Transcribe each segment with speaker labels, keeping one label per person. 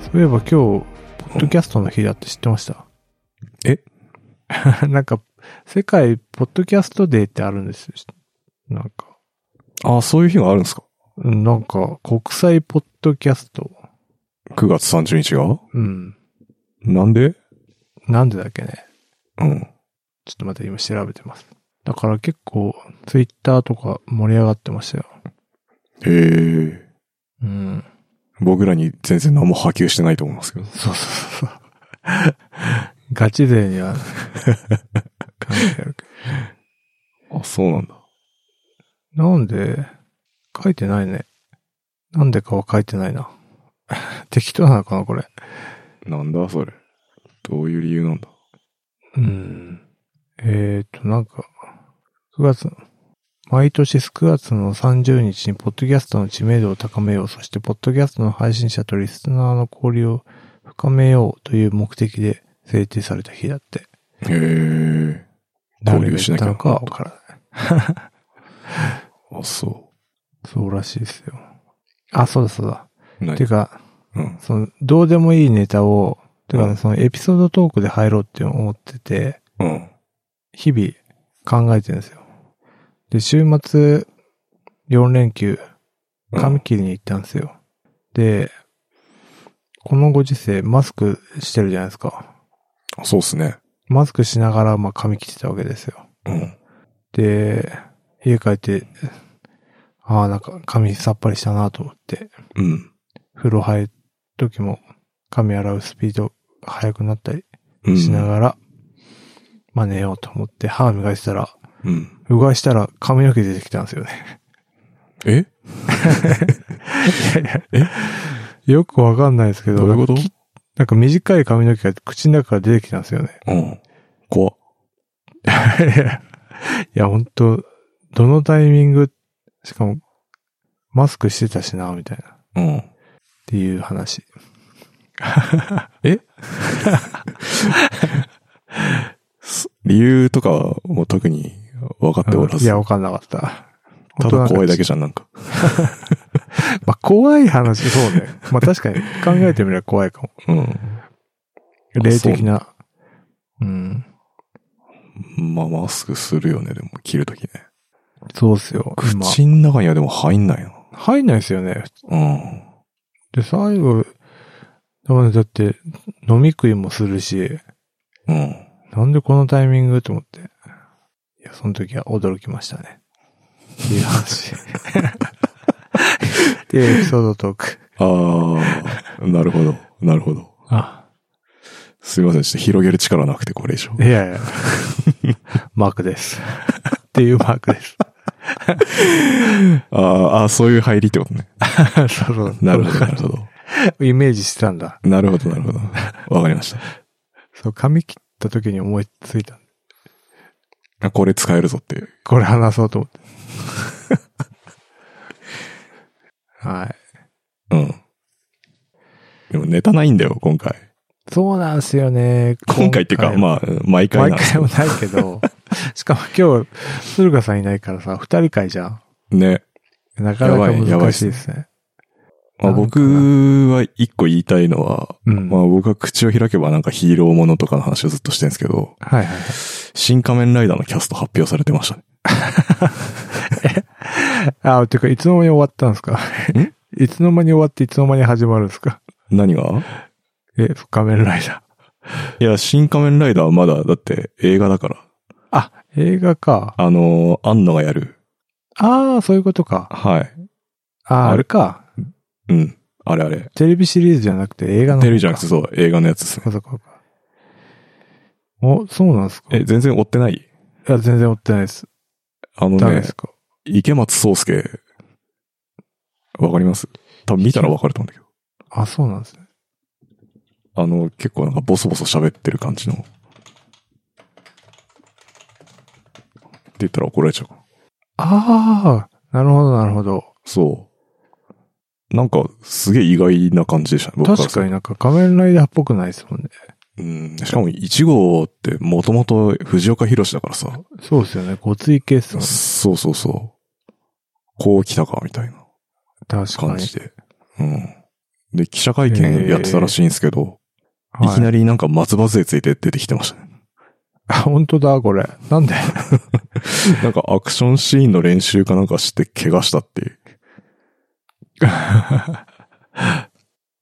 Speaker 1: そういえば今日、ポッドキャストの日だって知ってました
Speaker 2: え
Speaker 1: なんか、世界ポッドキャストデーってあるんですよ。なんか、
Speaker 2: ああ、そういう日があるんですか
Speaker 1: うんなんか、国際ポッドキャスト。
Speaker 2: ?9 月30日が
Speaker 1: うん。
Speaker 2: なんで
Speaker 1: なんでだっけね。
Speaker 2: うん。
Speaker 1: ちょっと待って、今調べてます。だから結構、ツイッターとか盛り上がってましたよ。
Speaker 2: へえ。
Speaker 1: うん。
Speaker 2: 僕らに全然何も波及してないと思いますけど。
Speaker 1: そうそうそう そう。ガチ勢には、関係あるけ
Speaker 2: あ、そうなんだ。
Speaker 1: ど。なんで、書いてないね。なんでかは書いてないな。 適当なのかな、これ。
Speaker 2: なんだそれ。どういう理由なんだ。
Speaker 1: うん。えー、と、なんか、9月、毎年9月の30日に、ポッドキャストの知名度を高めよう、そして、ポッドキャストの配信者とリスナーの交流を深めようという目的で制定された日だって。
Speaker 2: へえ。交流しなきゃ
Speaker 1: 誰が言ったのかはわからない。
Speaker 2: あ、そ
Speaker 1: そうらしいですよ。あ、そうだそうだ。
Speaker 2: う。何
Speaker 1: てか、
Speaker 2: うん。
Speaker 1: その、どうでもいいネタを、てか、
Speaker 2: う
Speaker 1: ね、
Speaker 2: ん
Speaker 1: そのエピソードトークで入ろうって思ってて、
Speaker 2: うん。
Speaker 1: 日々考えてるんですよ。で、週末、4連休、髪切りに行ったんですよ。で、このご時世、マスクしてるじゃないですか。
Speaker 2: あそうっすね。
Speaker 1: マスクしながら、まあ、髪切ってたわけですよ。
Speaker 2: うん。
Speaker 1: で、家帰って、ああ、なんか髪さっぱりしたなと思って、
Speaker 2: うん。
Speaker 1: 風呂入る時も髪洗うスピード速くなったり
Speaker 2: うん。
Speaker 1: しながら、まあ寝ようと思って歯磨いてたら、
Speaker 2: うん。
Speaker 1: うがいしたら髪の毛出てきたんですよね。
Speaker 2: え
Speaker 1: よくわかんないですけど、
Speaker 2: どういうこと
Speaker 1: なんかきなんか短い髪の毛が口の中から出てきたんですよね。
Speaker 2: うん。怖っ
Speaker 1: いや、本当どのタイミング、しかも、マスクしてたしな、みたいな、っ
Speaker 2: うん。
Speaker 1: ていう話。
Speaker 2: す理由とかはもう特に分かっておら
Speaker 1: い
Speaker 2: ず。
Speaker 1: や、わかんなかった。
Speaker 2: ただ怖いだけ
Speaker 1: じ
Speaker 2: じゃん、なんか。
Speaker 1: ゃ。 まあ、怖い話、そうね。まあ、確かに、考えてみれば怖いかも。
Speaker 2: うん。
Speaker 1: 霊的な。うん。
Speaker 2: まあ、マスクするよね、でも、切るときね。
Speaker 1: そうっすよ。今。
Speaker 2: 口の中にはでも入んないな。
Speaker 1: 入んないですよね。
Speaker 2: うん。
Speaker 1: で、最後、だからねだって、飲み食いもするし、
Speaker 2: うん。
Speaker 1: なんでこのタイミングと思って。いや、その時は驚きましたね。っていう 話。っていうエピソードトーク。
Speaker 2: あ あ、なるほど。なるほど。
Speaker 1: あ、
Speaker 2: すいません。ちょっと広げる力なくて、これ以上
Speaker 1: い。やいや。マークです。っていうマークです。
Speaker 2: あーあー、そういう入りってことね。
Speaker 1: そうそう。
Speaker 2: なるほど、なるほど。
Speaker 1: イメージしてたんだ。
Speaker 2: なるほど、なるほど。わかりました
Speaker 1: そう、髪切った時に思いついた。
Speaker 2: あ。これ使えるぞっていう。
Speaker 1: これ話そうと 思って。はい。
Speaker 2: うん。でもネタないんだよ、今回。
Speaker 1: そうなんですよね。
Speaker 2: 今回っていうか、まあ、毎回
Speaker 1: 毎
Speaker 2: なんです
Speaker 1: 回
Speaker 2: け
Speaker 1: も
Speaker 2: ど。
Speaker 1: ないけど、 しかも今日、鶴香さんいないからさ、二人会じゃん。
Speaker 2: ね。
Speaker 1: なかな
Speaker 2: やば
Speaker 1: か
Speaker 2: いやばいっ
Speaker 1: 難しい
Speaker 2: すね
Speaker 1: ですね。
Speaker 2: まあ、
Speaker 1: なん
Speaker 2: 僕
Speaker 1: かな
Speaker 2: は一個言いたいのは、
Speaker 1: うん。
Speaker 2: まあ僕は口を開けばなんかヒーローものとかの話をずっとしてるんですけど、
Speaker 1: はいはい。
Speaker 2: 新仮面ライダーのキャスト発表されてましたね。
Speaker 1: あ、てか、いつの間に終わったんですか
Speaker 2: ん
Speaker 1: いつの間に終わって、いつの間に始まるんですか
Speaker 2: 何が
Speaker 1: え、仮面ライダ
Speaker 2: いや、新仮面ライダーはまだ、だって映画だから。
Speaker 1: ー。あ、映画か。
Speaker 2: あのー、アンナがやる。
Speaker 1: ああ、そういうことか。
Speaker 2: はい。
Speaker 1: ああ、
Speaker 2: あれ
Speaker 1: あれか。
Speaker 2: うん。あれあれ。
Speaker 1: テレビシリーズじゃなくて映画の。
Speaker 2: テレビじゃなくて
Speaker 1: て。
Speaker 2: そう、映画のやつですね。
Speaker 1: そうかそうか。お、そうなんですか
Speaker 2: え、全然追ってない
Speaker 1: いや、全然追ってないです。
Speaker 2: あの
Speaker 1: ダメで
Speaker 2: ね
Speaker 1: す、か
Speaker 2: 池松壮介。わかります多分見たらわかると思うんだけど。
Speaker 1: あ、そうなんですね。
Speaker 2: あの、結構なんかボソボソ喋ってる感じの。って言ったら怒られちゃうかな。
Speaker 1: ああ、なるほど、なるほど。
Speaker 2: そう。なんか、すげえ意外な感じでしたね、僕から
Speaker 1: 確
Speaker 2: する
Speaker 1: かになんか仮面ライダーっぽくないですもんね。
Speaker 2: とうん。しかも、1号ってもともと藤岡弘だからさ。
Speaker 1: そうですよね。ごついケースもんね
Speaker 2: そうそうそう。こう来たか、みたいな
Speaker 1: 確か
Speaker 2: 感
Speaker 1: に
Speaker 2: じ。で。うん。で、記者会見やってたらしいんですけど、いきな
Speaker 1: り。
Speaker 2: りなんか松葉杖ついて出てきてました ね。
Speaker 1: あ、本当だ、これ。なんで
Speaker 2: なんかアクションシーンの練習かなんかして怪我したっていう。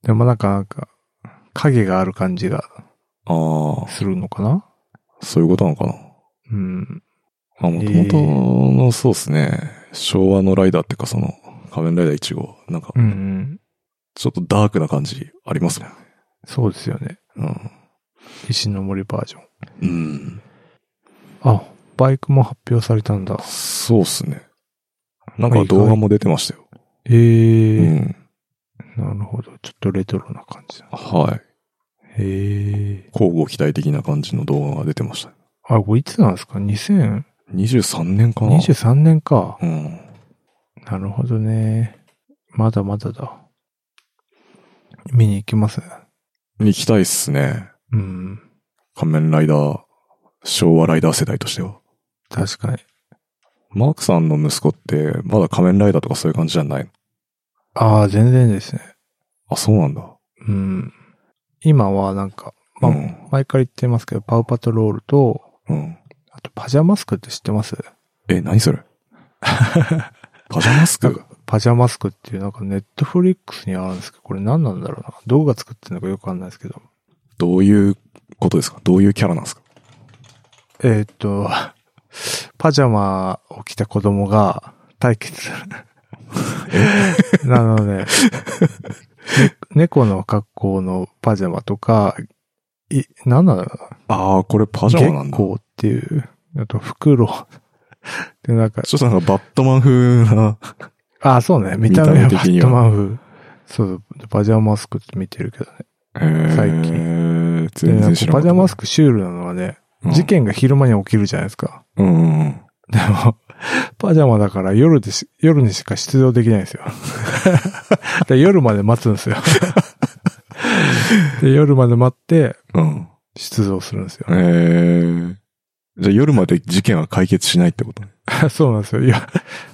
Speaker 1: でもなんか、なんか、影がある感じが
Speaker 2: ああ、
Speaker 1: するのかな
Speaker 2: そういうことなのかな。
Speaker 1: うん。
Speaker 2: まあ、もともとの、そうですね、昭和のライダーっていうかその、仮面ライダー1号、なんか
Speaker 1: う、んうん。
Speaker 2: ちょっとダークな感じありますもんね。
Speaker 1: そうですよね。石の森バージョン。
Speaker 2: うん。うん。
Speaker 1: あ、バイクも発表されたんだ。
Speaker 2: そうっすね。なんか動画も出てましたよ。
Speaker 1: ええ
Speaker 2: う
Speaker 1: ー
Speaker 2: ん。
Speaker 1: なるほど。ちょっとレトロな感じだ。
Speaker 2: はい。
Speaker 1: へえ
Speaker 2: 交互期待的な感じの動画が出てました。
Speaker 1: あ、これいつなんですか ?2023
Speaker 2: 23年かな
Speaker 1: 年か。
Speaker 2: うん。
Speaker 1: なるほどね。まだまだだ。見に行きますね。
Speaker 2: に行きたいっすね。
Speaker 1: うん。
Speaker 2: 仮面ライダー、昭和ライダー世代としては。
Speaker 1: 確かに。
Speaker 2: マークさんの息子って、まだ仮面ライダーとかそういう感じじゃない
Speaker 1: ああ、全然ですね。
Speaker 2: あ、そうなんだ。
Speaker 1: うん。今はなんか、まあ
Speaker 2: うん。
Speaker 1: 前から言ってますけど、パウパトロールと、
Speaker 2: うん。
Speaker 1: あとパジャマスクって知ってます
Speaker 2: え、何それ パジャマス
Speaker 1: なん
Speaker 2: ク
Speaker 1: かパジャマスクっていうなんかネットフリックスにあるんですけど、これ何なんだろうな。動画作ってるのかよくわかんないですけど。
Speaker 2: どういうことですかどういうキャラなんですか
Speaker 1: えーっと、パジャマを着た子供が対決す る。なので、ね猫の格好のパジャマとか、い、なんなの
Speaker 2: ああ、これパジャマな
Speaker 1: 月
Speaker 2: んだ。
Speaker 1: 光っていう、あと袋。で、なんか、
Speaker 2: ちょっとなんかバットマン風な。
Speaker 1: あ、そうね、見た目は
Speaker 2: 見た目
Speaker 1: バ
Speaker 2: 的に
Speaker 1: ッ
Speaker 2: は
Speaker 1: トマン風。そう、パジャママスクって見てるけどね。最
Speaker 2: 近。
Speaker 1: で、
Speaker 2: 全
Speaker 1: なん
Speaker 2: 然
Speaker 1: か
Speaker 2: 知らな
Speaker 1: パ
Speaker 2: い。
Speaker 1: ジャママスクシュールなのはね、
Speaker 2: うん
Speaker 1: 事件が昼間に起きるじゃないですか。
Speaker 2: うんうんうん。
Speaker 1: でも、パジャマだから夜でし、夜にしか出場できないん ですよ。で夜まで待つんですよ。で、夜まで待って
Speaker 2: うん。
Speaker 1: 出場するんですよ
Speaker 2: えー。じゃあ夜まで事件は解決しないってことね。
Speaker 1: そうなんですよ。いや、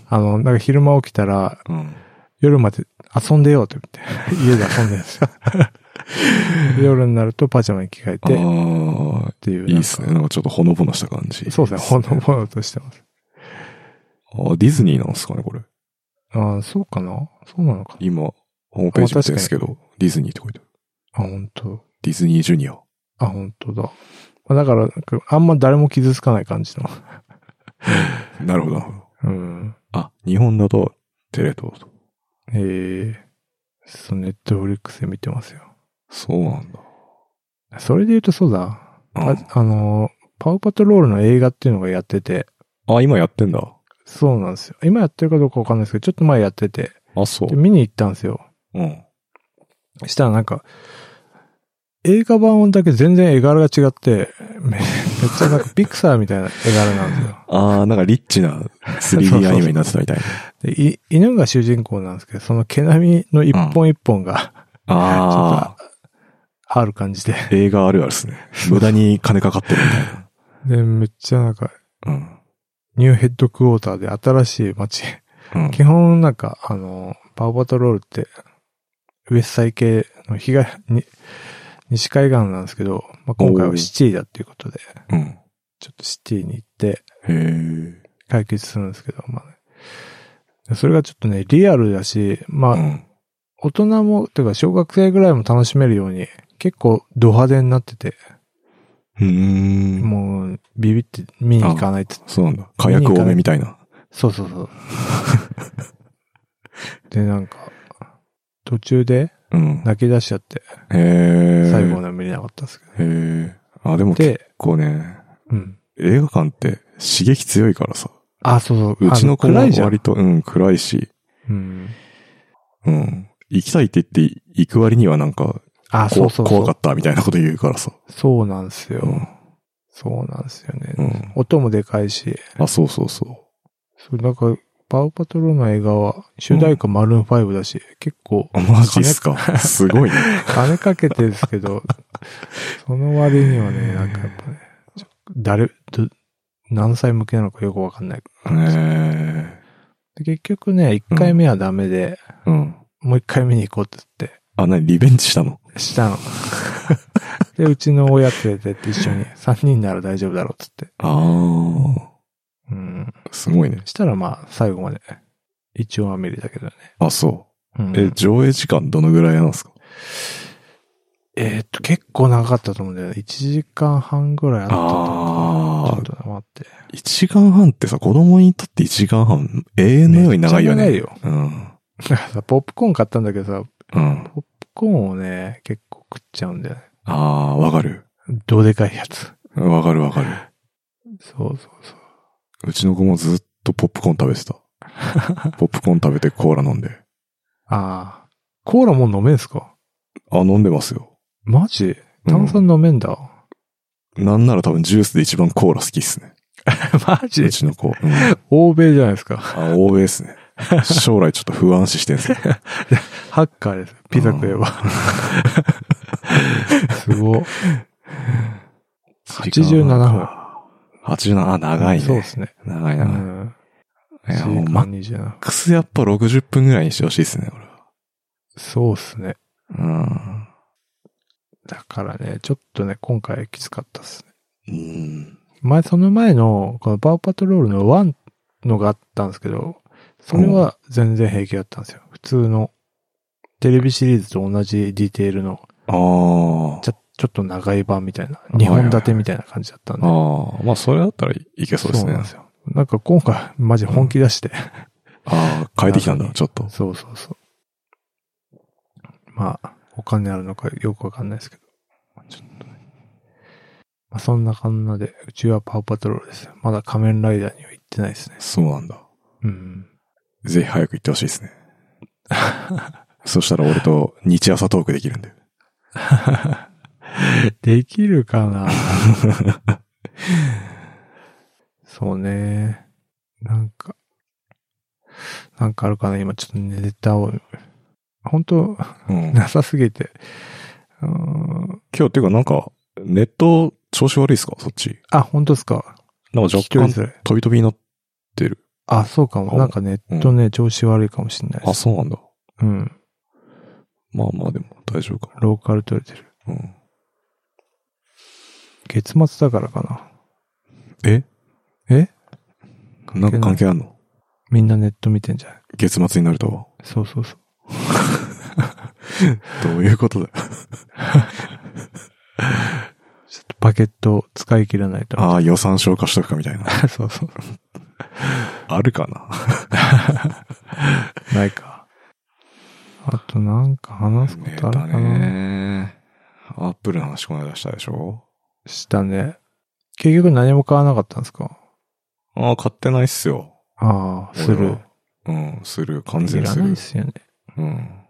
Speaker 1: あの、なんか昼間起きたら
Speaker 2: うん。
Speaker 1: 夜まで遊んでよって言 って、家で遊んでるんですよ。で夜になるとパジャマに着替えてっ
Speaker 2: ああ、
Speaker 1: ていう。
Speaker 2: いいっすね。なんかちょっとほのぼのした感じ。
Speaker 1: そうですね。ほのぼのとしてます。
Speaker 2: あーディズニーなんですかね、これ。
Speaker 1: ああ、そうかなそうなのかな
Speaker 2: 今、ホームページ見てるんですけど、ディズニーって書いてある。
Speaker 1: あ、本当
Speaker 2: ディズニージュニア。
Speaker 1: あ、本当だ。まあだから、あんま誰も傷つかない感じの。
Speaker 2: なるほど、なるほど。
Speaker 1: うん。
Speaker 2: あ、日本だと、テレ東と。
Speaker 1: ええそう、ネットフリックスで見てますよ。
Speaker 2: そうなんだ。
Speaker 1: それで言うとそうだ。
Speaker 2: う
Speaker 1: あ
Speaker 2: ん
Speaker 1: あの、パウパトロールの映画っていうのがやってて、
Speaker 2: あ、今やってんだ。
Speaker 1: そうなんですよ。今やってるかどうかわかんないですけど、ちょっと前やってて、
Speaker 2: あ、そ
Speaker 1: で見に行ったんですよ。
Speaker 2: う。うん。
Speaker 1: したらなんか、映画版だけ全然絵柄が違って、め めっちゃなんかピクサーみたいな絵柄なんですよ。
Speaker 2: あー、なんかリッチな
Speaker 1: そうそう
Speaker 2: 3D
Speaker 1: そう
Speaker 2: アニメになってたみたいな。
Speaker 1: でい犬が主人公なんですけど、その毛並みの一本一本が
Speaker 2: あ
Speaker 1: ある感じで、
Speaker 2: ー、映画あるあるですね。無駄に金かかってるみたい
Speaker 1: で、
Speaker 2: な。
Speaker 1: めっちゃなんか、
Speaker 2: うん。
Speaker 1: ニューヘッドクォーターで新しい街、
Speaker 2: うん。
Speaker 1: 基本なんか、あの、パワーパトロールって、ウエスサイ系の東、 に西海岸なんですけど、まあ、今回
Speaker 2: お
Speaker 1: は
Speaker 2: ー
Speaker 1: シティだっていうことで、
Speaker 2: うん。
Speaker 1: ちょっとシティに行って
Speaker 2: へ
Speaker 1: 解決するんですけど、まあね。でそれがちょっとね、リアルだし、まあ、
Speaker 2: ー。うん。
Speaker 1: 大人も、てか小学生ぐらいも楽しめるように、結構ド派手になってて、
Speaker 2: うーん。
Speaker 1: もう、ビビって見に行かないって
Speaker 2: そうなんだ。火薬多めみたいな。
Speaker 1: そうそうそう。 で、なんか、途中で
Speaker 2: うん。
Speaker 1: 泣き出しちゃって、
Speaker 2: へー。
Speaker 1: 最後まで見れなかったんですけど。
Speaker 2: へー。あ、でも結
Speaker 1: で、
Speaker 2: 構ね、
Speaker 1: うん。
Speaker 2: 映画館って刺激強いからさ。
Speaker 1: あ、そうそう。
Speaker 2: うちの子も
Speaker 1: あ暗いじゃん
Speaker 2: 割と、うん、暗いし。
Speaker 1: うん。
Speaker 2: うん。行きたいって言って、行く割にはなんか、
Speaker 1: あ、
Speaker 2: こ
Speaker 1: そううそうそ
Speaker 2: 怖か
Speaker 1: う。
Speaker 2: ったみたいなこと言うからさ。
Speaker 1: そうなんですよ。
Speaker 2: うん。
Speaker 1: そうなんですよね。
Speaker 2: うん。
Speaker 1: 音もでかいし、
Speaker 2: あ、そうそうそ
Speaker 1: そう、なんか、パウパトロールの映画は、主題歌マルーン5だ し、結構
Speaker 2: う。、あマジっすか。すごいね。
Speaker 1: 金かけてですけ ど、その割にはね、なんかやっぱね、ちょ誰、ど何歳向けなのかよくわかんない。
Speaker 2: えー、
Speaker 1: で結局ね、一回目はダメで、
Speaker 2: うん。
Speaker 1: もう一回見に行こうって言って、
Speaker 2: あ、なに、リベンジしたの
Speaker 1: したの。 で、うちの親連れてって一緒に、3人なら大丈夫だろうっつって。
Speaker 2: あ
Speaker 1: うん。
Speaker 2: あ、すごいね。
Speaker 1: したらまあ、最後まで、一応は見れたけどね。
Speaker 2: あ、そうう。
Speaker 1: ん
Speaker 2: え、上映時間どのぐらいなんですか
Speaker 1: えーっと、結構長かったと思うんだよね。1時間半ぐらいあったと思う。
Speaker 2: あー
Speaker 1: ちょっと待って。
Speaker 2: 1時間半ってさ、子供にとって1時間半、永遠のように長いよね。
Speaker 1: めっちゃ
Speaker 2: 長いよ。
Speaker 1: なんかさ、 ポップコーン買ったんだけどさ、
Speaker 2: うん。うん。
Speaker 1: ポップコーンをね、結構食っちゃうんだよね。
Speaker 2: ああ、わかる。
Speaker 1: どうでかいやつ。
Speaker 2: わかるわかる。
Speaker 1: そうそうそう。
Speaker 2: うちの子もずっとポップコーン食 べてた。ポップコーン食べてコーラ飲んで。
Speaker 1: ああ。コーラもう飲めんすか
Speaker 2: あ、飲んでますよ。
Speaker 1: マジ
Speaker 2: うん
Speaker 1: 炭酸飲めんだ。
Speaker 2: なんなら多分ジュースで一番コーラ好きっすね。
Speaker 1: マジ
Speaker 2: うちの子。うん
Speaker 1: 欧米じゃないですか。
Speaker 2: あ、欧米っす ね。将来ちょっと不安視してんすよ。
Speaker 1: ハッカーです。ピザ食え ば。すごい。87分
Speaker 2: 分。87、あ、長いね。
Speaker 1: そうですね。
Speaker 2: 長いうな。
Speaker 1: ん。
Speaker 2: いや、も
Speaker 1: 1
Speaker 2: う
Speaker 1: 時
Speaker 2: マッ
Speaker 1: 間27
Speaker 2: クスやっぱ60分ぐらいにしてほしいっすね、俺は。
Speaker 1: そうっすね。
Speaker 2: うん。
Speaker 1: だからね、ちょっとね、今回きつかったっすね。
Speaker 2: うん。
Speaker 1: 前、その前の、このパワーパトロールの1のがあったんですけど、それは全然平気だったんですよ。普通の、テレビシリーズと同じディテールの、
Speaker 2: ああ。
Speaker 1: ちょちょっと長い版みたいな、
Speaker 2: い
Speaker 1: 2本立てみたいな感じだったんで。
Speaker 2: ああ。まあ、それだったらいけそうですね。
Speaker 1: なんですよ。なんか今回、マジ本気出して、
Speaker 2: ああ、変えてきたんだ、ちょっと。
Speaker 1: そうそうそう。まあ、お金あるのかよくわかんないですけど。ちょっとね。まあそんなこんなで、うちはパワーパトロールです。まだ仮面ライダーには行ってないですね。
Speaker 2: そうなんだ。
Speaker 1: うん。
Speaker 2: ぜひ早く行ってほしいです ね。そしたら俺と日朝トークできるんで。
Speaker 1: できるかなそうね。なんか、なんかあるかな今ちょっとネタを、本当
Speaker 2: うん。今
Speaker 1: なさすぎて。うーん
Speaker 2: 日っていうかなんか、ネット調子悪いっすかそっち。
Speaker 1: あ、本当ですか
Speaker 2: なんか
Speaker 1: 聞
Speaker 2: 若
Speaker 1: き取り
Speaker 2: 干
Speaker 1: づらい。
Speaker 2: 飛び飛びになってる。
Speaker 1: あ、そうかも。
Speaker 2: あ
Speaker 1: なんかネットね、調子悪いかもしれないで
Speaker 2: あ、
Speaker 1: す。
Speaker 2: そうなんだ。
Speaker 1: うん。
Speaker 2: まあまあでも大丈夫か。
Speaker 1: ローカル取れてる。
Speaker 2: うん。
Speaker 1: 月末だからかな。
Speaker 2: え
Speaker 1: え
Speaker 2: なんか関係あんの
Speaker 1: みんなネット見てんじゃない
Speaker 2: 月末になると。
Speaker 1: そうそうそう。
Speaker 2: どういうことだよ。
Speaker 1: ちょっとバケットを使い切らないと。
Speaker 2: ああ、予算消化しとくかみたいな。
Speaker 1: そうそう。
Speaker 2: あるかな。
Speaker 1: ないか。あとなんか話すことあるかな、
Speaker 2: ね。アップルの話この間したでしょ
Speaker 1: したね。結局何も買わなかったんですか
Speaker 2: ああ、買ってないっすよ。
Speaker 1: ああ、す
Speaker 2: 俺
Speaker 1: る
Speaker 2: は。。うん、する。完
Speaker 1: い
Speaker 2: 全に
Speaker 1: ら
Speaker 2: す
Speaker 1: ない
Speaker 2: る
Speaker 1: で。すよね。
Speaker 2: うん。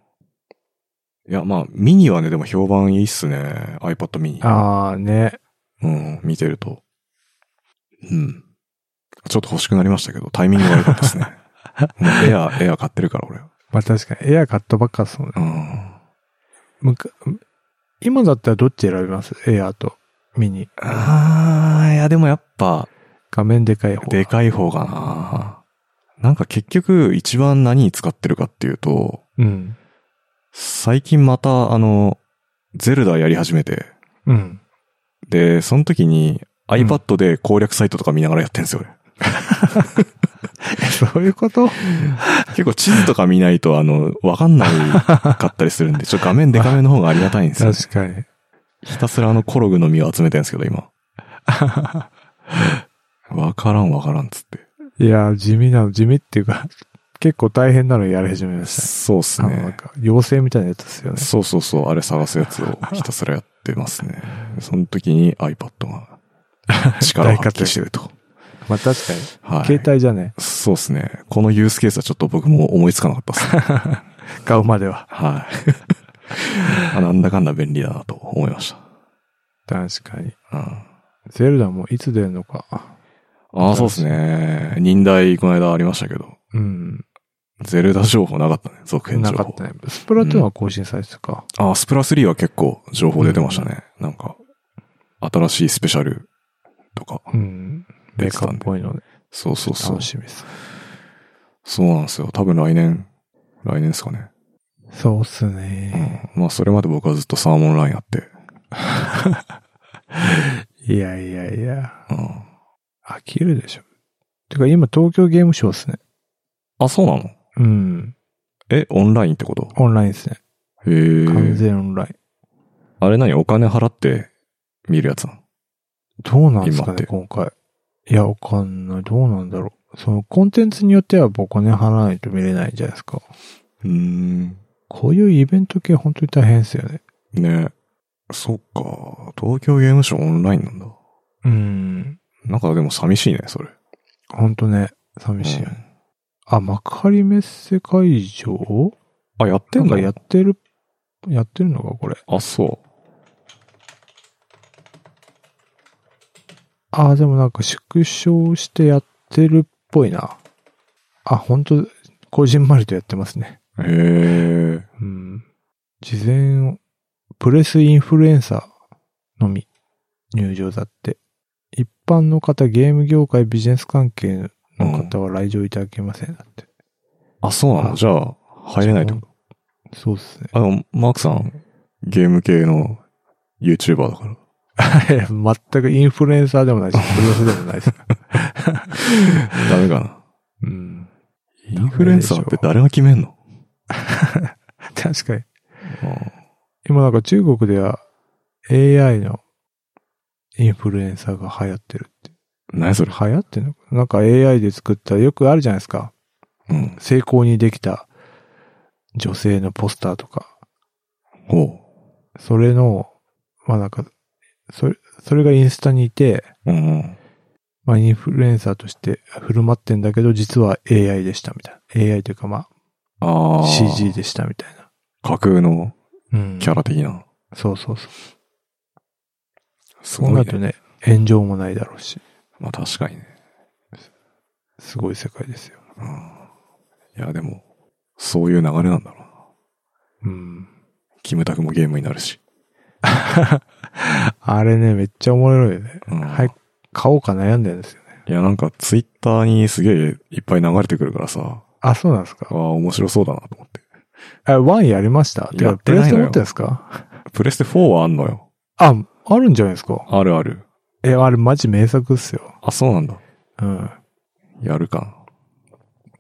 Speaker 2: いや、まあ、ミニはね、でも評判いいっすね。iPad mini。
Speaker 1: ああ、ね。
Speaker 2: うん、見てると。うん。ちょっと欲しくなりましたけど、タイミング悪かったです ね。もうエア、エア買ってるから、俺。
Speaker 1: まあ確かに、エア買ったばっかですもんね。
Speaker 2: うん。
Speaker 1: むか今だったらどっち選びますエアとミニ。
Speaker 2: あー、いや、でもやっぱ、
Speaker 1: 画面でかい方。
Speaker 2: でかい方がななんか結局、一番何に使ってるかっていうと、
Speaker 1: うん。
Speaker 2: 最近また、あの、ゼルダやり始めて、
Speaker 1: うん。
Speaker 2: で、その時に iPad で攻略サイトとか見ながらやってんですよ、 俺。
Speaker 1: そういうこと
Speaker 2: 結構地図とか見ないと、あの、わかんないかったりするんで、ちょっと画面デカめの方がありがたいんですよ、ね。
Speaker 1: 確かに。
Speaker 2: ひたすらあのコログの実を集めてるんですけ ど、今。わからんわからんっつって。
Speaker 1: いや、地味なの、地味っていうか、 結構大変なのやり始めまし。
Speaker 2: そうったす
Speaker 1: あのなん
Speaker 2: ね。
Speaker 1: か、妖精みたいなやつですよね。
Speaker 2: そうそうそう、あれ探すやつをひたすらやってま すね。その時に iPad が力を発揮してると。
Speaker 1: まあ確かに。
Speaker 2: は い。
Speaker 1: 携帯じゃね、
Speaker 2: そうですね。このユースケースはちょっと僕も思いつかなかっ たですね。
Speaker 1: 買うまでは。
Speaker 2: はい。あ なんだかんだ便利だなと思いまし
Speaker 1: 確かに。
Speaker 2: た。うん。
Speaker 1: ゼルダもいつ出るのか。
Speaker 2: ああ、そうですね。忍耐、この間ありましたけど、
Speaker 1: うん。
Speaker 2: ゼルダ情報なかったね、続編情
Speaker 1: な
Speaker 2: 報。
Speaker 1: かったね。スプラトゥーンは更新されてたか。
Speaker 2: ああ、スプラ3は結構情報出てましたね。なんか、新しいスペシャルとか。
Speaker 1: うん。メカっぽいので、
Speaker 2: そうそうそう
Speaker 1: 楽。しみです。
Speaker 2: そうなんですよ。多分来年、来年ですかね。
Speaker 1: そうっすね。
Speaker 2: うんまあ、それまで僕はずっとサーモンラインやって。
Speaker 1: いやいやいや、
Speaker 2: うん
Speaker 1: 飽きるでしょ。てか今東京ゲームショウっすね。
Speaker 2: あ、そうなの
Speaker 1: うん。
Speaker 2: え、オンラインってこと
Speaker 1: オンラインっすね。
Speaker 2: へ
Speaker 1: 完
Speaker 2: え。
Speaker 1: 全オンライン。
Speaker 2: あれ何お金払って見るやつなの
Speaker 1: どうなんですか
Speaker 2: 今って
Speaker 1: ね、今回。いや、わかんない。どうなんだろう。そのコンテンツによってはやっぱお金払わないと見れないじゃないですか。
Speaker 2: うーん。
Speaker 1: こういうイベント系本当に大変ですよね。
Speaker 2: ねそっか。東京ゲームショウオンラインなんだ。
Speaker 1: うん。
Speaker 2: なんかでも寂しいね、それ。
Speaker 1: 本当ね、寂しいよね。あ、幕張メッセ会場
Speaker 2: うんあ、やって
Speaker 1: なんんか
Speaker 2: だ
Speaker 1: やってる、やってるのか、これ。
Speaker 2: あ、そう。
Speaker 1: あ、でもなんか縮小してやってるっぽいな。あ、本当こじんまりとやってますね。
Speaker 2: へえ。
Speaker 1: うん。事前を、プレスインフルエンサーのみ入場だって。一般の方、ゲーム業界、ビジネス関係の方は来場いただけません。だって。
Speaker 2: あ、そうな
Speaker 1: あ
Speaker 2: のじゃあ、入れないってこと
Speaker 1: そうっすね。
Speaker 2: あ、でも、マークさん、ゲーム系の YouTuber だから。
Speaker 1: 全くインフルエンサーでもないし、プレスでもない です。
Speaker 2: ダメかな。
Speaker 1: うん。
Speaker 2: インフルエンサーって誰が決めんの
Speaker 1: 確かに。
Speaker 2: うん
Speaker 1: 今なんか中国では AI のインフルエンサーが流行ってるって。
Speaker 2: 何それ
Speaker 1: 流行ってんのかなんか AI で作った、よくあるじゃないですか。
Speaker 2: うん。
Speaker 1: 成功にできた女性のポスターとか。
Speaker 2: ほ
Speaker 1: それの、まあなんか、それ、それがインスタにいて、
Speaker 2: う。うんうん。
Speaker 1: まあインフルエンサーとして振る舞ってんだけど、実は AI でしたみたいな。AI というかま
Speaker 2: あ
Speaker 1: あ
Speaker 2: あ。
Speaker 1: CG でしたみたい
Speaker 2: 架空の
Speaker 1: な。うん。
Speaker 2: キャラ的な。
Speaker 1: そうそうそう。
Speaker 2: す
Speaker 1: そう
Speaker 2: ご
Speaker 1: ないると
Speaker 2: ね。
Speaker 1: ね、炎上もないだろうし、
Speaker 2: まあ確かにね。
Speaker 1: すごい世界ですよ。
Speaker 2: うん。いや、でも、そういう流れなんだろうな。
Speaker 1: うん。
Speaker 2: キムタクもゲームになるし。
Speaker 1: あれね、めっちゃおもろいよね。
Speaker 2: うん、
Speaker 1: はい。買おうか悩んでるんですよね。
Speaker 2: いや、なんかツイッターにすげえいっぱい流れてくるからさ、
Speaker 1: あ、そうなんです
Speaker 2: あ
Speaker 1: か。
Speaker 2: あ、面白そうだなと思って。
Speaker 1: え、ワンやりましたて
Speaker 2: や
Speaker 1: か、
Speaker 2: っ
Speaker 1: プ
Speaker 2: て
Speaker 1: レ
Speaker 2: な
Speaker 1: ス
Speaker 2: い
Speaker 1: テ
Speaker 2: のよ
Speaker 1: 持ってんですか
Speaker 2: プレステ4はあんのよ。
Speaker 1: あ、あるんじゃないですか。
Speaker 2: あるある。
Speaker 1: え、あれマジ名作っすよ。
Speaker 2: あ、そうなんだ。
Speaker 1: うん。
Speaker 2: やるか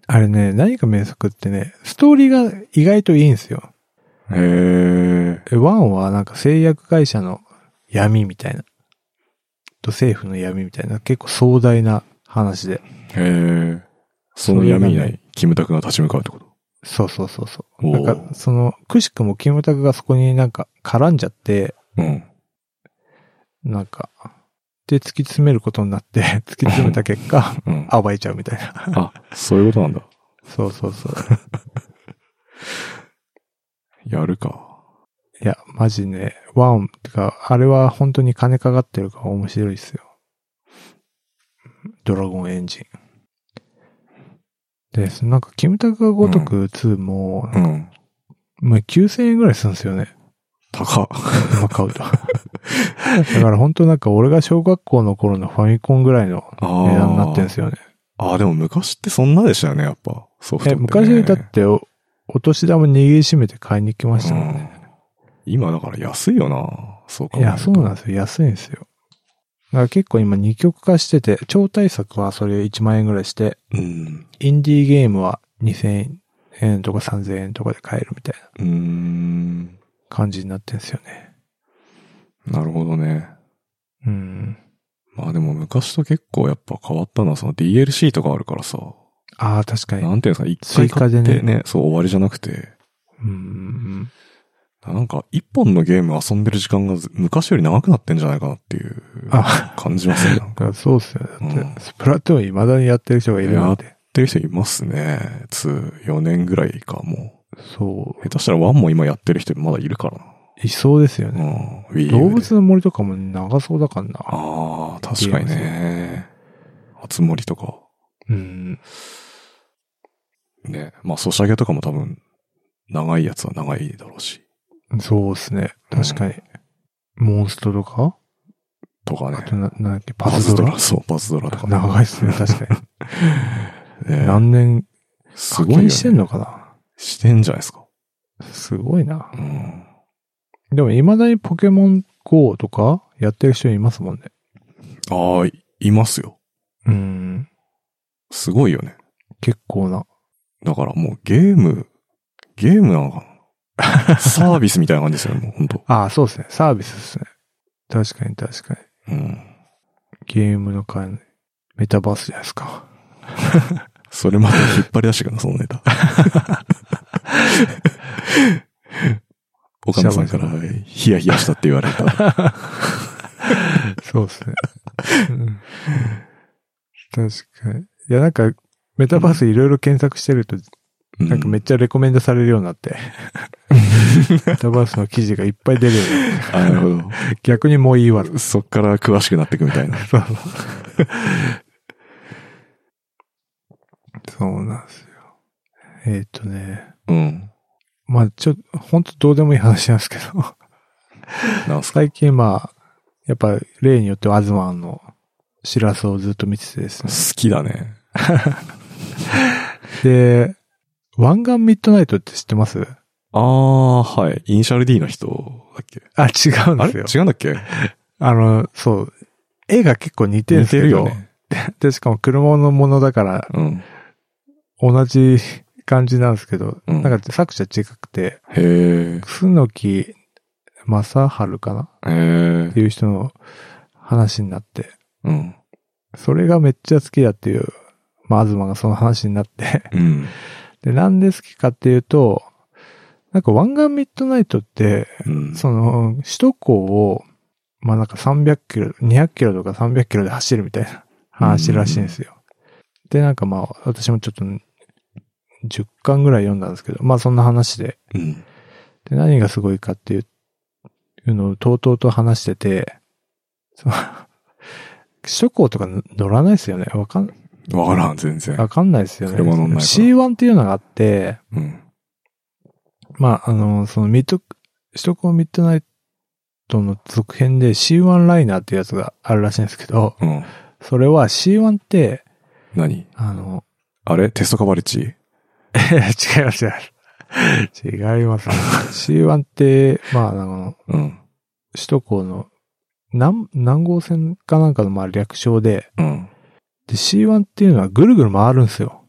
Speaker 1: あれね、何が名作ってね、ストーリーが意外といいんですよ。
Speaker 2: な。へえ。
Speaker 1: えワンはなんか製薬会社の闇みたいな。と政府の闇みたいな、結構壮大な話で。
Speaker 2: へえ。その闇にな
Speaker 1: それが
Speaker 2: い、キムタクが立ち向かうってこと
Speaker 1: そうそうそうそう。
Speaker 2: お
Speaker 1: なん
Speaker 2: ー
Speaker 1: か、その、くしくもキムタクがそこになんか絡んじゃって、
Speaker 2: うん。
Speaker 1: なんか、で、突き詰めることになって、 突き詰めた結果、
Speaker 2: うん。
Speaker 1: 暴いちゃうみたいな。
Speaker 2: あ、そういうことなんだ。
Speaker 1: そうそうそう。
Speaker 2: やるか。
Speaker 1: いや、マジね、ワン、てか、あれは本当に金かかってるから面白いっすよ。ドラゴンエンジン。で、そのなんか、キムタクがごとく2も、
Speaker 2: うん。
Speaker 1: まあ9000円ぐらいするんですよね。
Speaker 2: 高っ。
Speaker 1: 今買う と。だから本当なんか、俺が小学校の頃のファミコンぐらいの
Speaker 2: あ
Speaker 1: 値段になってん
Speaker 2: す
Speaker 1: すよね。
Speaker 2: あーでも昔ってそんなでしたよね、やっぱ。ソフト
Speaker 1: え、
Speaker 2: って、ね。
Speaker 1: 昔だってお、お年玉握りしめて買いに来ましたもんね。
Speaker 2: うん今だから安いよな。そうか。
Speaker 1: いや、そうなんですよ。安いんですよ。だから結構今二極化してて、超大作はそれ1万円ぐらいして、
Speaker 2: うん。
Speaker 1: インディーゲームは2000円とか3000円とかで買えるみたいな
Speaker 2: うーん。
Speaker 1: 感じになってんですよね。
Speaker 2: なるほどね。
Speaker 1: うん。
Speaker 2: まあでも昔と結構やっぱ変わったのはその DLC とかあるからさ。
Speaker 1: ああ、確かに。
Speaker 2: なんていうんですか、一回買って
Speaker 1: 追加
Speaker 2: ね
Speaker 1: で
Speaker 2: そう終わりじゃなくて、
Speaker 1: うんうん
Speaker 2: なんか一本のゲーム遊んでる時間がず昔より長くなってんじゃないかなっていう
Speaker 1: あ
Speaker 2: 感じますね。なん
Speaker 1: うん。だ
Speaker 2: か
Speaker 1: か
Speaker 2: や
Speaker 1: ら
Speaker 2: っ
Speaker 1: そうっすよね。だって、
Speaker 2: うん
Speaker 1: スプラトゥーン未だにやってる人がいるなんて。
Speaker 2: てる人いますね。2、4年ぐらいかも。
Speaker 1: そう
Speaker 2: 下手したら1も今やってる人まだいるからな。
Speaker 1: う。いそうですよ
Speaker 2: う
Speaker 1: ね。
Speaker 2: ん。Wii U で
Speaker 1: 動物の森とかも長そうだからな。
Speaker 2: ああ、確かにね。あつ森とか。
Speaker 1: うん。
Speaker 2: ね。まあ、ソシャゲとかも多分、長いやつは長いだろうし。
Speaker 1: そうっすね。確かに。モンストとか
Speaker 2: とか
Speaker 1: あと
Speaker 2: ね。
Speaker 1: な、なんだっけ、パズドラ
Speaker 2: そう、パズドラとか。
Speaker 1: 長いっす ね、確かに。
Speaker 2: ね
Speaker 1: 何年、
Speaker 2: す
Speaker 1: 課
Speaker 2: ごいよ、ね。
Speaker 1: 金してんのかな
Speaker 2: してんじゃないですか。
Speaker 1: すすごいな。
Speaker 2: うん。
Speaker 1: でも未だにポケモン GO とかやってる人いますもんね。
Speaker 2: ああ、いいますよ。
Speaker 1: うん。
Speaker 2: すごいよね。
Speaker 1: 結構な。
Speaker 2: だからもうゲーム、ゲームなのか なサービスみたいな感じですよね、もう本当。
Speaker 1: ああ、そうですね。サービスですね。確かに確かに。
Speaker 2: うん。
Speaker 1: ゲームの感じ。メタバースじゃないです か。
Speaker 2: それまで引っ張り出してくるな、そのネ タ。岡野さんからヒヤヒヤしたって言われ た。
Speaker 1: そうですね。うん確かに。いや、なんか、メタバースいろいろ検索してると、
Speaker 2: うん
Speaker 1: なんかめっちゃレコメンドされるようになって。メタバースの記事がいっぱい出るようになって
Speaker 2: あ、なるほど。
Speaker 1: 逆にもういいわ。
Speaker 2: そっから詳しくなっていくみたいな。
Speaker 1: そうそう。そうなんですよ。えーっ、とね。
Speaker 2: うん。
Speaker 1: まあ、ちょ、ほんとどうでもいい話なんですけど。
Speaker 2: なんすか。
Speaker 1: 最近まあ、やっぱ例によってはアズマンの知らせをずっと見ててですね。
Speaker 2: 好きだね。
Speaker 1: で、湾岸ミッドナイトって知ってます
Speaker 2: ああ、はい。イニシャル D の人だっけ
Speaker 1: あ、違うん
Speaker 2: あ
Speaker 1: で
Speaker 2: れ
Speaker 1: すよ。
Speaker 2: 違うんだっけ
Speaker 1: あの、そう。絵が結構似てるんで
Speaker 2: 似
Speaker 1: す
Speaker 2: て
Speaker 1: け
Speaker 2: る
Speaker 1: ど、
Speaker 2: よね。
Speaker 1: で、しかも車のものだから
Speaker 2: うん。
Speaker 1: 同じ感じなんですけど、
Speaker 2: うん
Speaker 1: なんか作者違くて、
Speaker 2: へえ。
Speaker 1: 楠木正春かな
Speaker 2: へえ
Speaker 1: って。いう人の話になって、
Speaker 2: うん。
Speaker 1: それがめっちゃ好きだっていう、まあ、東がその話になって、
Speaker 2: うん。
Speaker 1: で、なんで好きかっていうと、なんか湾岸ミッドナイトって、
Speaker 2: うん。
Speaker 1: その、首都高を、まあなんか300キロ、200キロとか300キロで走るみたいな話らしいんですよ。で、なんかまあ、私もちょっと、10巻ぐらい読んだんですけど、まあそんな話で、
Speaker 2: うん。
Speaker 1: で、何がすごいかっていう、いうのをとうとうと話してて、その、首都高とか乗らないですよね。わかん、
Speaker 2: わからん、全然。
Speaker 1: わかんないですよね。
Speaker 2: 車乗んないから
Speaker 1: C1 っていうのがあって、
Speaker 2: うん。
Speaker 1: まあ、あの、そのミッド、首都高ミッドナイトの続編で C1 ライナーっていうやつがあるらしいんですけど、
Speaker 2: うん。
Speaker 1: それは C1 って、
Speaker 2: 何
Speaker 1: あの、
Speaker 2: あれテストカバレッジ
Speaker 1: 違いますよ。違います。C1 って、まあ、あの、
Speaker 2: うん。
Speaker 1: 首都高の南、南号線かなんかの、まあ、略称で、
Speaker 2: うん。
Speaker 1: で、C1 っていうのはぐるぐる回るんですよ。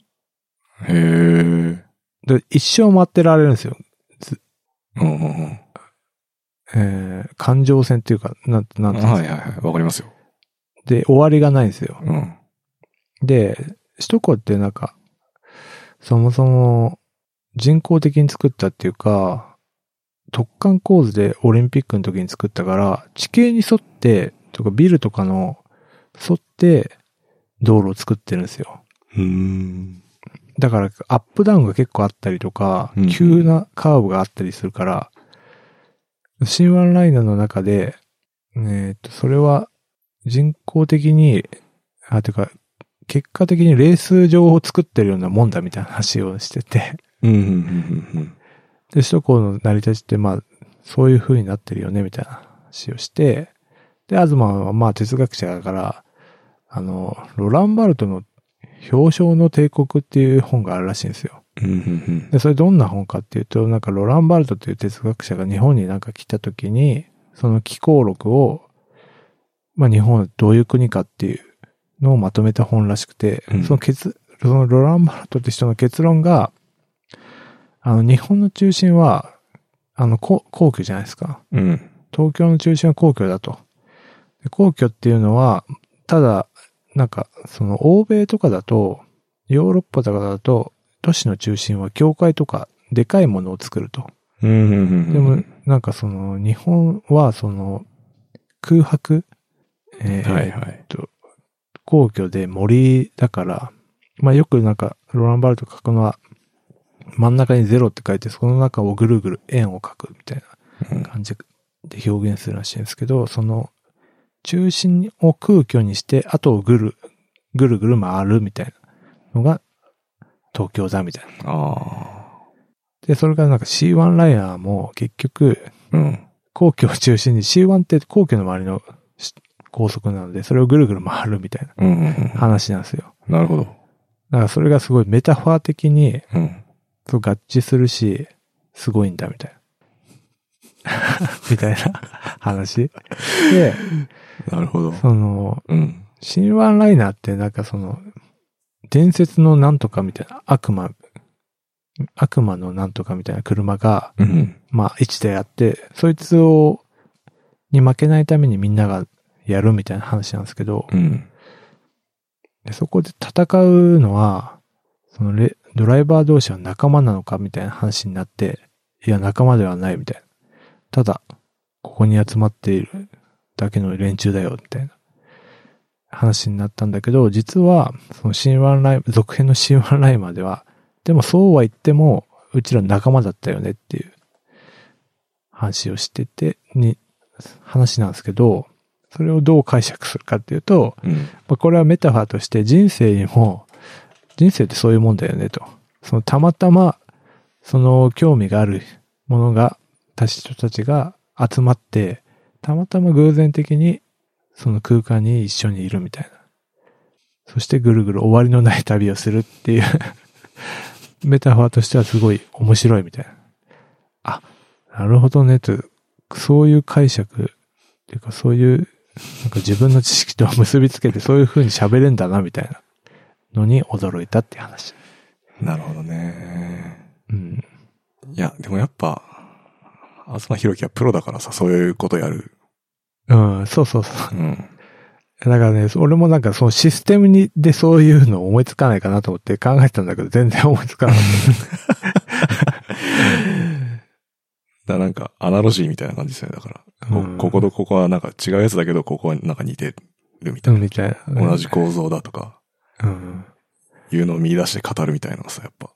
Speaker 2: へえ。うん
Speaker 1: で、一生回ってられるんですよ。
Speaker 2: うんうん。
Speaker 1: えー、環状線っていうか、なん、なんていうんですか
Speaker 2: はいはいはい。わかりますよ。
Speaker 1: で、終わりがないんですよ。
Speaker 2: うん。
Speaker 1: で、首都高ってなんか、そもそも人工的に作ったっていうか、突貫構図でオリンピックの時に作ったから、地形に沿って、とかビルとかの沿って道路を作ってるんですよ。
Speaker 2: うーん。
Speaker 1: だからアップダウンが結構あったりとか
Speaker 2: うん、
Speaker 1: 急なカーブがあったりするから、新ワンライナーの中で、えーっと、それは人工的に、あ、てか、結果的にレース場を作ってるようなもんだみたいな話をしてて、
Speaker 2: うん。うんうん
Speaker 1: で、首都高の成り立ちって、まあ、そういう風になってるよね、みたいな話をして、で、東は、まあ、哲学者だから、あの、ロランバルトの表彰の帝国っていう本があるらしいんですよ。
Speaker 2: うんうん。うんうん
Speaker 1: で、それどんな本かっていうと、なんかロランバルトという哲学者が日本になんか来た時に、その気候録を、まあ日本はどういう国かっていうのをまとめた本らしくて、
Speaker 2: うん
Speaker 1: その結、そのロランバルトって人の結論が、あの日本の中心は、あの皇皇居じゃないですか。
Speaker 2: うん。うん。
Speaker 1: 東京の中心は皇居だと。で皇居っていうのは、ただ、なんか、その欧米とかだと、ヨーロッパとかだと、都市の中心は教会とか、でかいものを作ると。
Speaker 2: うんうんうん。
Speaker 1: でも、なんかその、日本はその、空白、えー
Speaker 2: はいはい。
Speaker 1: 皇居で森だから、まあよくなんか、ロランバルト書くのは、真ん中にゼロって書いて、その中をぐるぐる円を書くみたいな。
Speaker 2: うん
Speaker 1: 感じで表現するらしいんですけど、その中心を空虚にして、あとをぐる、ぐるぐる回るみたいなのが東京だみたいな。
Speaker 2: あ
Speaker 1: で、それからなんか C1 ライナーも結局、
Speaker 2: あ。うん。
Speaker 1: 皇居を中心に C1 って皇居の周りのし高速なので、それをぐるぐる回るみたいな
Speaker 2: うんうんうん。
Speaker 1: 話なんですよ。
Speaker 2: なるほど。
Speaker 1: だからそれがすごいメタファー的に
Speaker 2: うん。
Speaker 1: そう合致するし、すごいんだ、みたいな。みたいな 話。で、
Speaker 2: なるほど。
Speaker 1: その、
Speaker 2: うん。
Speaker 1: 新ワンライナーってなんかその、伝説のなんとかみたいな、悪魔、悪魔のなんとかみたいな車が、
Speaker 2: うん。
Speaker 1: まあ、1であって、そいつを、に負けないためにみんながやるみたいな話なんですけど、
Speaker 2: うん。
Speaker 1: でそこで戦うのは、そのレ、ドライバー同士は仲間なのかみたいな話になって、いや、仲間ではないみたいな。ただ、ここに集まっているだけの連中だよ、みたいな話になったんだけど、実は、その新ワンライブ、続編の新ワンライマーでは、でもそうは言っても、うちら仲間だったよねっていう話をしてて、に、話なんですけど、それをどう解釈するかっていうと、
Speaker 2: うん。
Speaker 1: まあ、これはメタファーとして人生にも、人生ってそういうもんだよねと。そのたまたま、その興味があるものが、たち人たちが集まって、たまたま偶然的にその空間に一緒にいるみたいな。そしてぐるぐる終わりのない旅をするっていう、 メタファーとしてはすごい面白いみたいな。あ、なるほどねと、そういう解釈っていうかそういうなんか自分の知識と 結びつけてそういう風に喋れんだな、みたいなのに驚いたっていう話。
Speaker 2: なるほどね。
Speaker 1: うん。
Speaker 2: いや、でもやっぱ、東博樹はプロだからさ、そういうことやる。
Speaker 1: うん、そうそうそう。
Speaker 2: うん。
Speaker 1: だからね、俺もなんかそのシステムにでそういうの思いつかないかなと思って考えてたんだけど、全然思いつかなかっ
Speaker 2: だなんか、アナロジーみたいな感じですよね。だから、 こ
Speaker 1: うん
Speaker 2: こことここはなんか違うやつだけど、ここはなんか似てるみた
Speaker 1: た。
Speaker 2: い
Speaker 1: みたい
Speaker 2: な。
Speaker 1: な。
Speaker 2: 同じ。構造だとか、
Speaker 1: うん。
Speaker 2: いうのを見出して語るみたいなのがさ、やっぱ。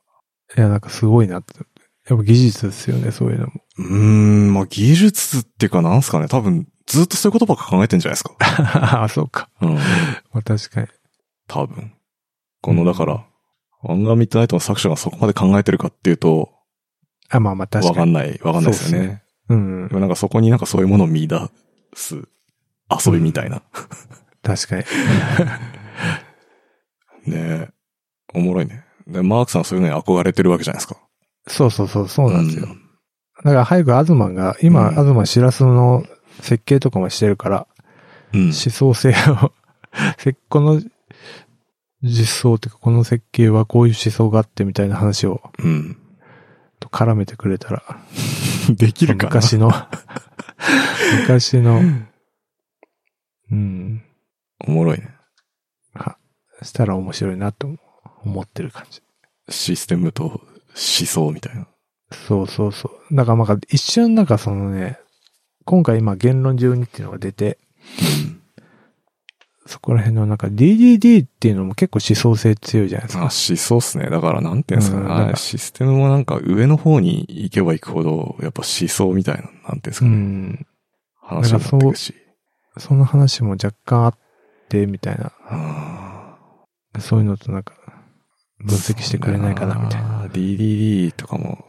Speaker 1: いや、なんかすごいなって。やっぱ技術ですよね、そういうのも。
Speaker 2: うーん、まあ技術っていうかなんすかね。多分、ずっとそういうことばっか考えてんじゃないですか。
Speaker 1: ああ、そうか。
Speaker 2: うん。
Speaker 1: まあ確かに。
Speaker 2: 多分。この、だから、ワンガンミッドナイトの作者がそこまで考えてるかっていうと、
Speaker 1: あ、まあまあ確
Speaker 2: わ
Speaker 1: か
Speaker 2: か
Speaker 1: に。
Speaker 2: んない、わかんないですよ
Speaker 1: そうっ
Speaker 2: ね
Speaker 1: す。うん
Speaker 2: で。もなんかそこになんかそういうものを見出す遊びみたいな。
Speaker 1: 確かに。
Speaker 2: ねえ。おもろいね。で、マークさんはそういうのに憧れてるわけじゃないですか。
Speaker 1: そうそうそう、そうなんですよ。
Speaker 2: う
Speaker 1: だから早くアズマンが、今、
Speaker 2: うん
Speaker 1: アズマンシラスの設計とかもしてるから、
Speaker 2: うん。
Speaker 1: 思想性を、 せこの実装っていうか、この設計はこういう思想があってみたいな話を
Speaker 2: うん。
Speaker 1: と絡めてくれたら、
Speaker 2: できるかな。
Speaker 1: 昔 の、昔の、うん、
Speaker 2: おもろいね。
Speaker 1: したら面白いなと思思ってる感じ。
Speaker 2: システムと思想みたいな。
Speaker 1: そうそうそう。だからなんか一瞬なんかそのね、今回今言論12っていうのが出て、そこら辺のなんか DDD っていうのも結構思想性強いじゃないです
Speaker 2: あ、
Speaker 1: か。
Speaker 2: 思想っすね。だからなんていうんですかね。
Speaker 1: うん
Speaker 2: あれシステムもなんか上の方に行けば行くほど、やっぱ思想みたいな、なんていうんです
Speaker 1: う
Speaker 2: かね。
Speaker 1: ん。
Speaker 2: 話になってくるし。
Speaker 1: その話も若干あって、みたいな。
Speaker 2: あ
Speaker 1: そういうのとなんか、
Speaker 2: ー
Speaker 1: 分析してくれないかな、みたいな。
Speaker 2: な。DDD とかも、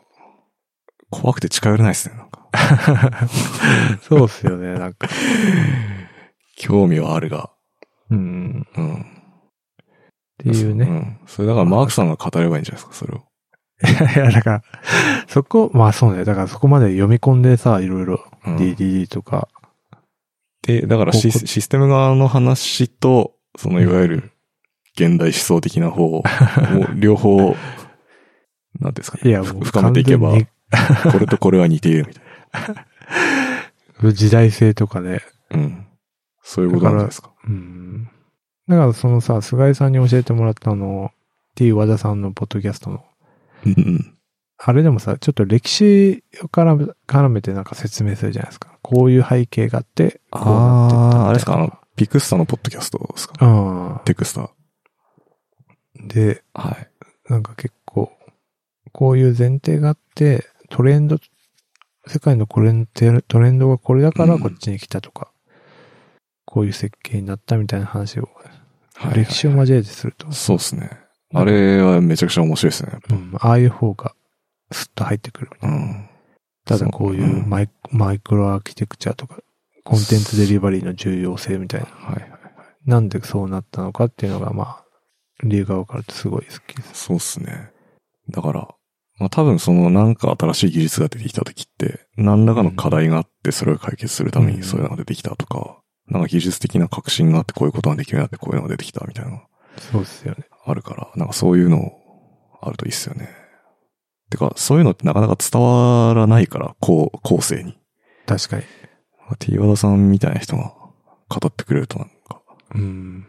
Speaker 2: 怖くて近寄れないですね。なんか
Speaker 1: そうっすよね、 なんか。
Speaker 2: 興味はあるが。
Speaker 1: うん。
Speaker 2: うん。っ
Speaker 1: っていうね。
Speaker 2: うん。それだからマークさんが語ればいいんじゃないですか、それを。
Speaker 1: いや、 だから、そこ、まあそうね。だからそこまで読み込んでさ、いろいろ、
Speaker 2: うん
Speaker 1: DDD とか。
Speaker 2: で、だから
Speaker 1: こう
Speaker 2: シ
Speaker 1: こ
Speaker 2: スシステム側の話と、そのいわゆ
Speaker 1: う
Speaker 2: る現代思想的 な方を、もう両方、なんていうんですかね。
Speaker 1: いや、
Speaker 2: ふ
Speaker 1: もう
Speaker 2: 深めていけば、
Speaker 1: 完
Speaker 2: これとこれは似ているみたい
Speaker 1: 全に時代性とかね。
Speaker 2: な。うん。そういうことなんじゃないですか。
Speaker 1: うん。だからそのさ、菅井さんに教えてもらったあの、T 和田さんのポッドキャストの、
Speaker 2: うんうん。
Speaker 1: あれでもさ、ちょっと歴史を絡め絡めてなんか説明するじゃないですか。こういう背景があって、こうなってったみたい
Speaker 2: あ
Speaker 1: な
Speaker 2: あ、あれですか、あの、ピクスタのポッドキャストですか。テクスタ。
Speaker 1: うん。で、
Speaker 2: はい。
Speaker 1: なんか結構、こういう前提があって、トレンド、世界のこれんてトレンドがこれだから
Speaker 2: うん
Speaker 1: こっちに来たとか、こういう設計になったみたいな話を、
Speaker 2: はい
Speaker 1: 歴史を交えてすると、
Speaker 2: そうですね。あれはめちゃくちゃ面白いですね。やっぱ
Speaker 1: うん、ああいう方がスッと入ってくるみたいな。
Speaker 2: うん。
Speaker 1: ただこういうマイ,、マイクロアーキテクチャとか、コンテンツデリバリーの重要性みたいな。
Speaker 2: はいはい。
Speaker 1: なんでそうなったのかっていうのが、まあ、理由がわかるとすごい好きです。
Speaker 2: そうっすね。だから、まあ多分そのなんか新しい技術が出てきた時って、何らかの課題があってそれを解決するため
Speaker 1: うん
Speaker 2: にそういうのが出てきたとか、なんか技術的な革新があってこういうことができるようになってこういうのが出てきたみたいなのが
Speaker 1: そうですよね。
Speaker 2: あるから、なんかそういうのあるといいっすよね。てか、そういうのってなかなか伝わらないから、こう、後世に。
Speaker 1: 確かに。
Speaker 2: まあ T 和田さんみたいな人が語ってくれるとなんか
Speaker 1: うん。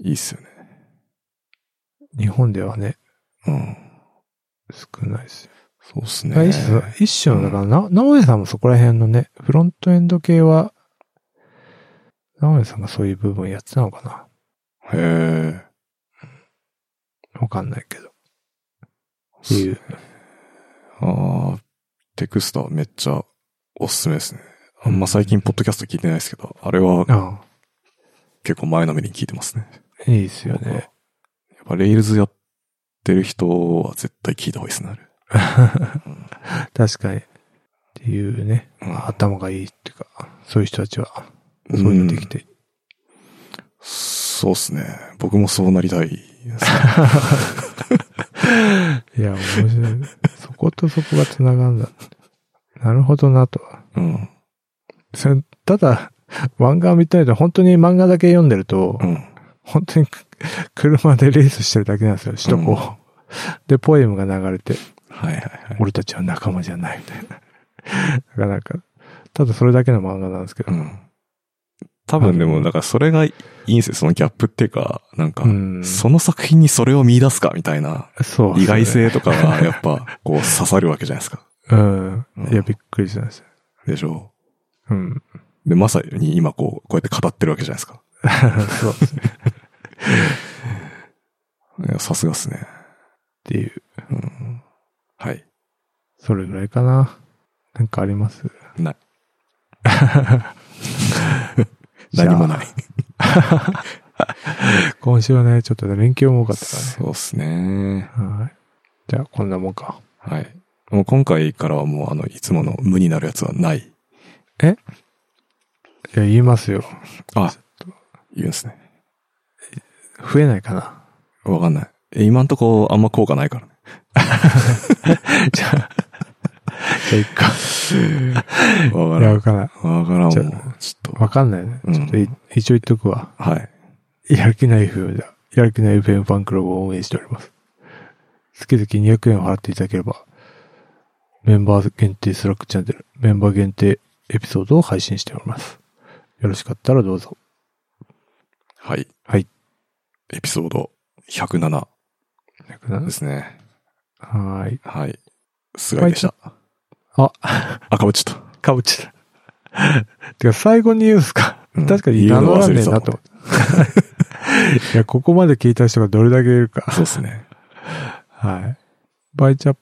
Speaker 2: いいっすよね。
Speaker 1: 日本ではね、
Speaker 2: うん。
Speaker 1: 少ないですよ。
Speaker 2: そうっすね
Speaker 1: まあ。一種の、一種の、だから、な、直江さんもそこら辺のね、フロントエンド系は、直江さんがそういう部分やってたのかな
Speaker 2: へえ。
Speaker 1: わかんないけど。って
Speaker 2: そう
Speaker 1: いう。
Speaker 2: ああ、テクスターめっちゃおすすめですね。あんま最近ポッドキャスト聞いてないですけど、あれは
Speaker 1: あ
Speaker 2: 結構前のめりに聞いてますね。
Speaker 1: あ、いいですよ
Speaker 2: 僕はや
Speaker 1: ね。
Speaker 2: っぱレイルズやってる人は絶対聞いた方がいいですね、あれ。
Speaker 1: 確かに。っていうね、
Speaker 2: うん
Speaker 1: 頭がいいっていうか、そういう人たちは、そういうのできて。
Speaker 2: そうっすね。僕もそうなりたいですね。
Speaker 1: いや、面白い。そことそこが繋がるんだ。なるほどなと。
Speaker 2: うん。
Speaker 1: それただ、漫画みたいで、本当に漫画だけ読んでると、
Speaker 2: うん。
Speaker 1: 本当に車でレースしてるだけなんですよ、首都高。で、ポエムが流れて、
Speaker 2: はいはいはい。
Speaker 1: 俺たちは仲間じゃないみ たいな。なかなか、ただそれだけの漫画なんですけど
Speaker 2: う。ん。多分でも、だからそれがいいんですよ。そのギャップっていうか、なんか
Speaker 1: う、ん。
Speaker 2: その作品にそれを見出すかみたいな
Speaker 1: そう、
Speaker 2: 意外。性とかがやっぱ、こう刺さるわけじゃないですか。
Speaker 1: うん。
Speaker 2: うん
Speaker 1: いや、びっくりしたんですよ。
Speaker 2: でしょ
Speaker 1: うん。
Speaker 2: う。で、まさに今こう、こうやって語ってるわけじゃないですか。
Speaker 1: そうですね。
Speaker 2: いやさすがっすね。
Speaker 1: っていう、
Speaker 2: うん。はい。
Speaker 1: それぐらいかな。なんかあります
Speaker 2: ない。何もない。
Speaker 1: 今週はね、ちょっとね、連休も多かったか
Speaker 2: そうっすね。
Speaker 1: らね。はい。じゃあ、こんなもんか。
Speaker 2: はい。もう今回からはもうあの、いつもの無になるやつはない。
Speaker 1: いや、言いますよ。
Speaker 2: あ、言うんですね。
Speaker 1: 増えないかな。
Speaker 2: わかんない。え今んとこあんま効果ないからね。
Speaker 1: じゃあ、いっか。いや、
Speaker 2: わからん。
Speaker 1: わからない。
Speaker 2: わからんもう
Speaker 1: じゃ
Speaker 2: ちょっと。
Speaker 1: わかんないね。
Speaker 2: うん
Speaker 1: ちょっとい、一応言っとくわ。
Speaker 2: はい。
Speaker 1: やる気ない FM だ。やる気ない FM ファンクラブを運営しております。月々200円を払っていただければ、メンバー限定スラックチャンネル、メンバー限定エピソードを配信しております。よろしかったらどうぞ。
Speaker 2: はい。
Speaker 1: はい。
Speaker 2: エピソード107で
Speaker 1: は
Speaker 2: すね。
Speaker 1: ーい。
Speaker 2: はい。菅井でした。
Speaker 1: あ、
Speaker 2: あ、かぶっちゃった。
Speaker 1: かぶっちゃった。 てか、最後に言うんすか。
Speaker 2: うん
Speaker 1: 確かに名乗らねえなと思 って。いや、ここまで聞いた人がどれだけいるか。
Speaker 2: そうっすね。
Speaker 1: はい。バイチャッ